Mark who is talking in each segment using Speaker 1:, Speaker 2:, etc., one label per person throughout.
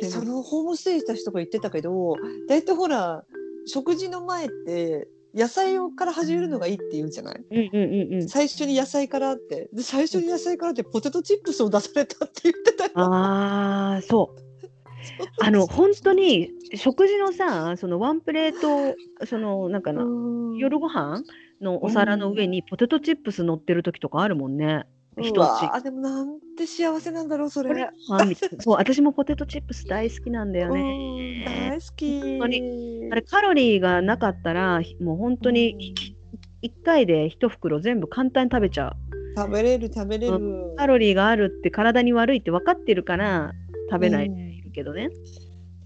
Speaker 1: で
Speaker 2: そ
Speaker 1: も
Speaker 2: のホームステイした人が言ってたけど大体ほら食事の前って野菜をから始めるのがいいって言うじゃない
Speaker 1: うんうんうんうん
Speaker 2: 最初に野菜からってで最初に野菜からってポテトチップスを出されたって言ってたよ
Speaker 1: ああそうあの本当に食事のさそのワンプレートそのなんかな
Speaker 2: 夜
Speaker 1: 夜ご飯のお皿の上にポテトチップス乗ってる時とかあるもんね。一口
Speaker 2: あでもなんて幸せなんだろうそれ
Speaker 1: これご飯みたいなそう私もポテトチップス大好きなんだよね。
Speaker 2: うん大好き
Speaker 1: 本当あれカロリーがなかったらひもう本当に1回で1袋全部簡単に食べちゃ
Speaker 2: うん食べれる食べれる、
Speaker 1: う。カロリーがあるって体に悪いって分かってるから食べない
Speaker 2: うん
Speaker 1: けどね。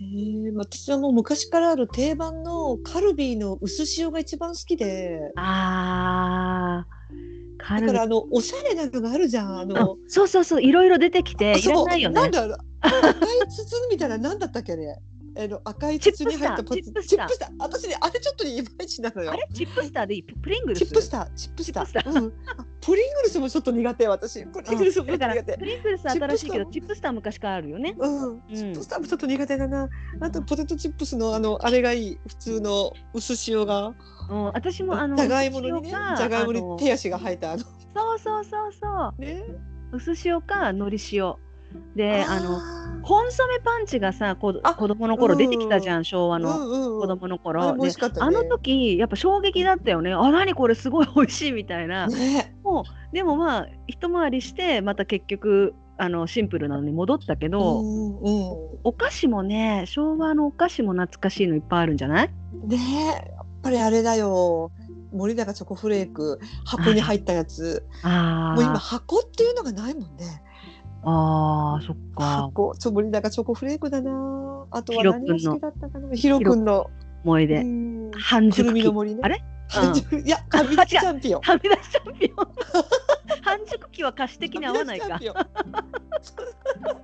Speaker 2: えー私はもう昔からある定番のカルビーの薄塩が一番好きで
Speaker 1: あーカロ
Speaker 2: だ
Speaker 1: リ
Speaker 2: か
Speaker 1: ー
Speaker 2: らあのおしゃれなのがあるじゃんあ
Speaker 1: あ
Speaker 2: の
Speaker 1: そうそうそういろいろ出てきて
Speaker 2: あ
Speaker 1: いらないよ
Speaker 2: そうな
Speaker 1: ね
Speaker 2: ん。だろう赤い筒みたいな何だったっけねあの赤い筒に入った
Speaker 1: チップス
Speaker 2: チ
Speaker 1: タ
Speaker 2: ッ
Speaker 1: ー
Speaker 2: プスター私ねあれちょっとねいまいちなのよ
Speaker 1: あれチップスターでいいププリングル
Speaker 2: チ
Speaker 1: ス
Speaker 2: ップスターチップスタ
Speaker 1: チップ
Speaker 2: ー、うん、あプリングルスもちょっと苦手私プリングルスもちょ
Speaker 1: だ
Speaker 2: っ
Speaker 1: から
Speaker 2: と苦
Speaker 1: プ
Speaker 2: 手
Speaker 1: リングルス新しいけど
Speaker 2: チ
Speaker 1: チップスター昔からあるよね。
Speaker 2: うん、チップスターもちょっと苦手だな、あと
Speaker 1: うん
Speaker 2: ポテトチップスのあのあれがいい普通の薄塩が
Speaker 1: うん、私もあの
Speaker 2: じゃがいものにね
Speaker 1: 薄塩か
Speaker 2: じゃがいも
Speaker 1: あ
Speaker 2: に
Speaker 1: の
Speaker 2: 手足が生えたあの
Speaker 1: そうそうそうそ
Speaker 2: ね
Speaker 1: う薄塩かのり塩であの
Speaker 2: の
Speaker 1: コンソメパンチがさこ
Speaker 2: あ
Speaker 1: 子供の頃出てきたじゃん、昭和
Speaker 2: う
Speaker 1: の
Speaker 2: んうんうん
Speaker 1: 子供の
Speaker 2: あれ
Speaker 1: 頃、
Speaker 2: も美味しかった
Speaker 1: あ
Speaker 2: ね
Speaker 1: の時やっぱ衝撃だったよねあ何これすごい美味しいみたいな、
Speaker 2: ね
Speaker 1: もうでもまあ一回りしてまた結局あのシンプルなのに戻ったけど、
Speaker 2: うんうん
Speaker 1: お菓子もね昭和のお菓子も懐かしいのいっぱいあるんじゃない
Speaker 2: ねえやっぱりあれだよ森永チョコフレーク箱に入ったやつ
Speaker 1: あ
Speaker 2: もう今
Speaker 1: ー
Speaker 2: 箱っていうのがないもんね
Speaker 1: あーそっか
Speaker 2: 箱ちょ森永チョコフレークだなあとは
Speaker 1: ヒロ君
Speaker 2: 何
Speaker 1: の
Speaker 2: が好きだったかなヒロ君の
Speaker 1: 思い出
Speaker 2: うん
Speaker 1: 半
Speaker 2: くる
Speaker 1: 熟
Speaker 2: みの
Speaker 1: 期
Speaker 2: 森ね
Speaker 1: あれ
Speaker 2: 半熟いやカビチチャンピオン
Speaker 1: はみ出しチャンピオン半熟期は歌詞的に合わないか
Speaker 2: カビ出しチャンピオン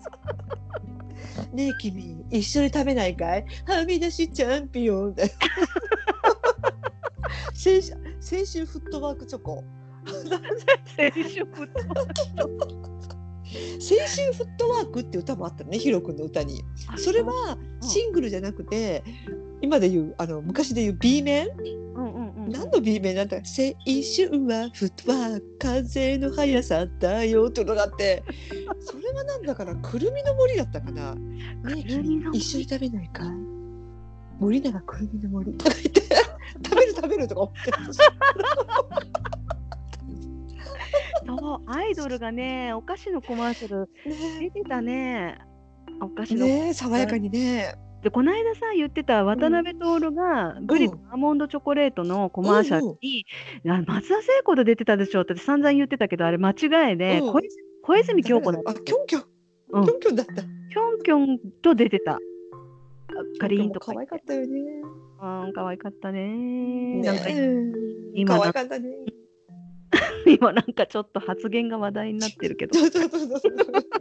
Speaker 2: ねえ君一緒に食べないかいはみ出しチャンピオンだ よ先週先週フットワークチョコ
Speaker 1: 青春 と
Speaker 2: 先週フットワークって歌もあったのねヒロ君の歌にそれはシングルじゃなくて、今で言うあの昔で言う B 面、
Speaker 1: うんうんうん
Speaker 2: 何の B 面なんだっけ青春はフットワーク風の速さだよ」っていうのがあってそれはなんだかな「くるみの森」だったかな「ねえ
Speaker 1: くるみの
Speaker 2: 君一緒に食べないかい森永くるみの森」とか言って「食べる食べる」とか思って
Speaker 1: そうアイドルがねお菓子のコマーシャル出
Speaker 2: ね
Speaker 1: てた ねお菓子
Speaker 2: え
Speaker 1: の、
Speaker 2: ねえ爽やかにね。
Speaker 1: でこの間さ言ってた渡辺徹がグリコアーモンドチョコレートのコマーシャルに、あ松田聖子で出てたでしょって散々言ってたけどあれ間違いで、
Speaker 2: うん
Speaker 1: 小泉小泉今日子だった
Speaker 2: あキョンキョン
Speaker 1: うん
Speaker 2: キョンキョンだった。
Speaker 1: キョンキョンと出てたガリーンとか
Speaker 2: キ
Speaker 1: 言
Speaker 2: ョンキョンも可愛
Speaker 1: て
Speaker 2: かったよね。
Speaker 1: うん可愛かったね
Speaker 2: ね
Speaker 1: なんか
Speaker 2: え
Speaker 1: 今
Speaker 2: 可愛かったね。
Speaker 1: 今なんかちょっと発言が話題になってるけど
Speaker 2: そうそうそうそう。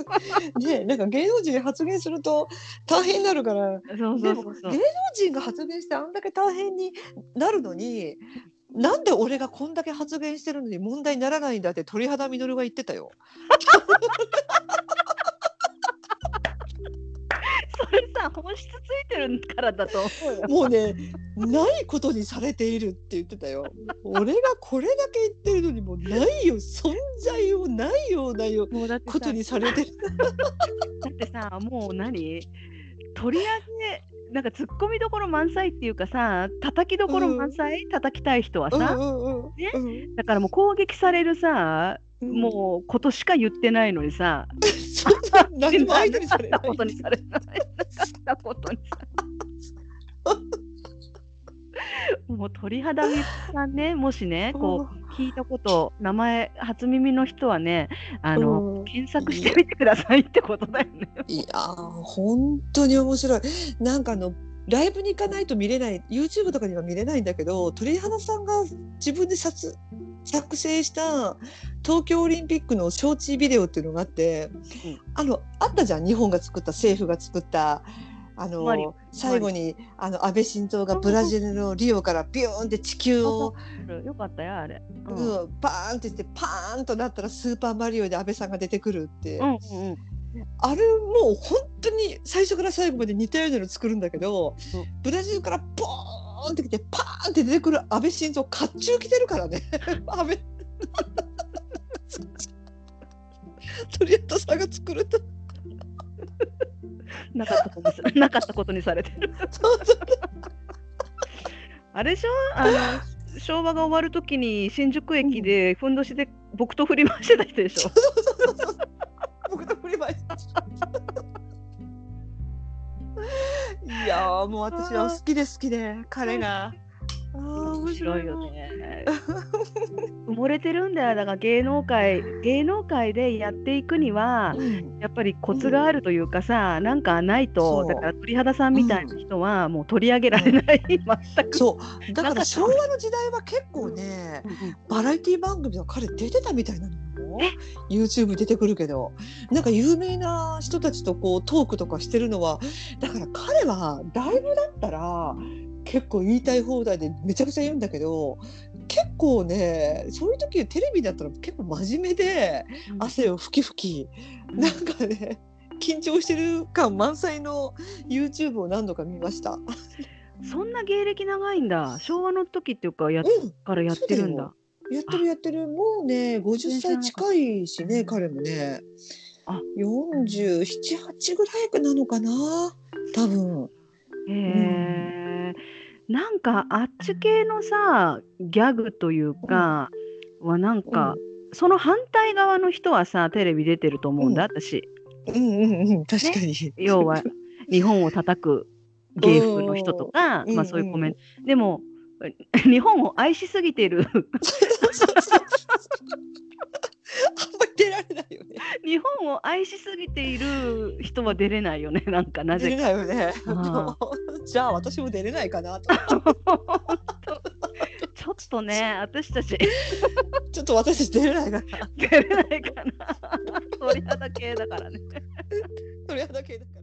Speaker 2: ねえなんか芸能人で発言すると大変になるから、
Speaker 1: そうそうそうそう
Speaker 2: でも芸能人が発言してあんだけ大変になるのに、なんで俺がこんだけ発言してるのに問題にならないんだって鳥肌みのるが言ってたよ。
Speaker 1: それさ本質ついてるからだと思うよ
Speaker 2: もうね、ないことにされているって言ってたよ。俺がこれだけ言ってるのにもうないよ、存在をないようなよ
Speaker 1: もうだって
Speaker 2: こ
Speaker 1: さ
Speaker 2: とにされ てる。
Speaker 1: だってさもう何取り上げなんかツッコミどころ満載っていうかさ叩きどころ満載、叩きたい人は
Speaker 2: うん
Speaker 1: さ、
Speaker 2: うんうん
Speaker 1: ね
Speaker 2: うん
Speaker 1: だからもう攻撃されるさ、
Speaker 2: うん
Speaker 1: もうことしか言ってないのにさ
Speaker 2: そんな何も相手にされ
Speaker 1: な
Speaker 2: な
Speaker 1: かったことに
Speaker 2: い。
Speaker 1: されないなかったことにさ れないもう鳥肌みさんねもしねこう聞いたこと名前初耳の人はねあの、
Speaker 2: うん
Speaker 1: 検索してみてくださいってことだよね。
Speaker 2: いやー本当に面白いなんかあのライブに行かないと見れない YouTube とかには見れないんだけど鳥肌さんが自分で撮作成した東京オリンピックの招致ビデオっていうのがあって、
Speaker 1: うん
Speaker 2: あのあったじゃん日本が作った政府が作った。あ
Speaker 1: マリオ
Speaker 2: の最後にあの安倍晋三がブラジルのリオからビューンって地球を、
Speaker 1: よかったよあれ。う
Speaker 2: うん
Speaker 1: うん
Speaker 2: ん、バーンってしてパーンとなったら「スーパーマリオ」で安倍さんが出てくるって、
Speaker 1: うんうん
Speaker 2: あれもう本当に最初から最後まで似たようなの作るんだけど
Speaker 1: うん
Speaker 2: ブラジルからポーンってきてパーンって出てくる安倍晋三甲冑着てるからね 安倍鳥肌さんが作ると
Speaker 1: なかったことに さなかったことにされて る。
Speaker 2: そうそう
Speaker 1: あれでしょあの昭和が終わるときに新宿駅でふんどしで木刀振り回してた人でしょ。
Speaker 2: 僕の振り回しいやーもう私は好きで好きで彼があー
Speaker 1: 面白いよね。埋もれてるんだよだから芸能界芸能界でやっていくには
Speaker 2: 面白いうん
Speaker 1: やっぱりコツがあるというかさ、なんかない
Speaker 2: そ
Speaker 1: と
Speaker 2: う
Speaker 1: だから鳥肌さんみたいな人はもう取り上げられない、全く。
Speaker 2: そうだ
Speaker 1: なん
Speaker 2: か
Speaker 1: から
Speaker 2: 昭和の時代は結構ね バラエティ番組の彼出てたみたいなのよ
Speaker 1: え
Speaker 2: YouTube 出てくるけどなんか有名な人たちとこうトークとかしてるのはだから彼はライブだったら結構言いたい放題でめちゃくちゃ言うんだけど結構ねそういう時テレビだったら結構真面目で汗をふきふきなんかね緊張してる感満載の YouTube を何度か見ました。
Speaker 1: そんな芸歴長いんだ昭和の時っていうかやっ
Speaker 2: うん
Speaker 1: からやってるんだ。
Speaker 2: やってるやってるもうね50歳近いしね彼もね
Speaker 1: あ
Speaker 2: 478ぐらいなのかな多分
Speaker 1: へえ、なんかあっち系のさギャグというかはなんか、その反対側の人はさテレビ出てると思うんだ、私
Speaker 2: うんうんうん確かに、
Speaker 1: 要は日本を叩く芸風の人とか、
Speaker 2: うん
Speaker 1: まあそういうコメント、でも 日本を愛しすぎてる
Speaker 2: そうそうそうあんまり出られないよね
Speaker 1: 日本を愛しすぎている人は出れないよねなんかな
Speaker 2: 出れ
Speaker 1: ぜか
Speaker 2: ないよね
Speaker 1: あ
Speaker 2: じゃあ私も出れないかなと
Speaker 1: ちょっとね私たち
Speaker 2: ちょっと私たち出れないかな
Speaker 1: 出れないかな鳥肌系だからね
Speaker 2: それはだけだから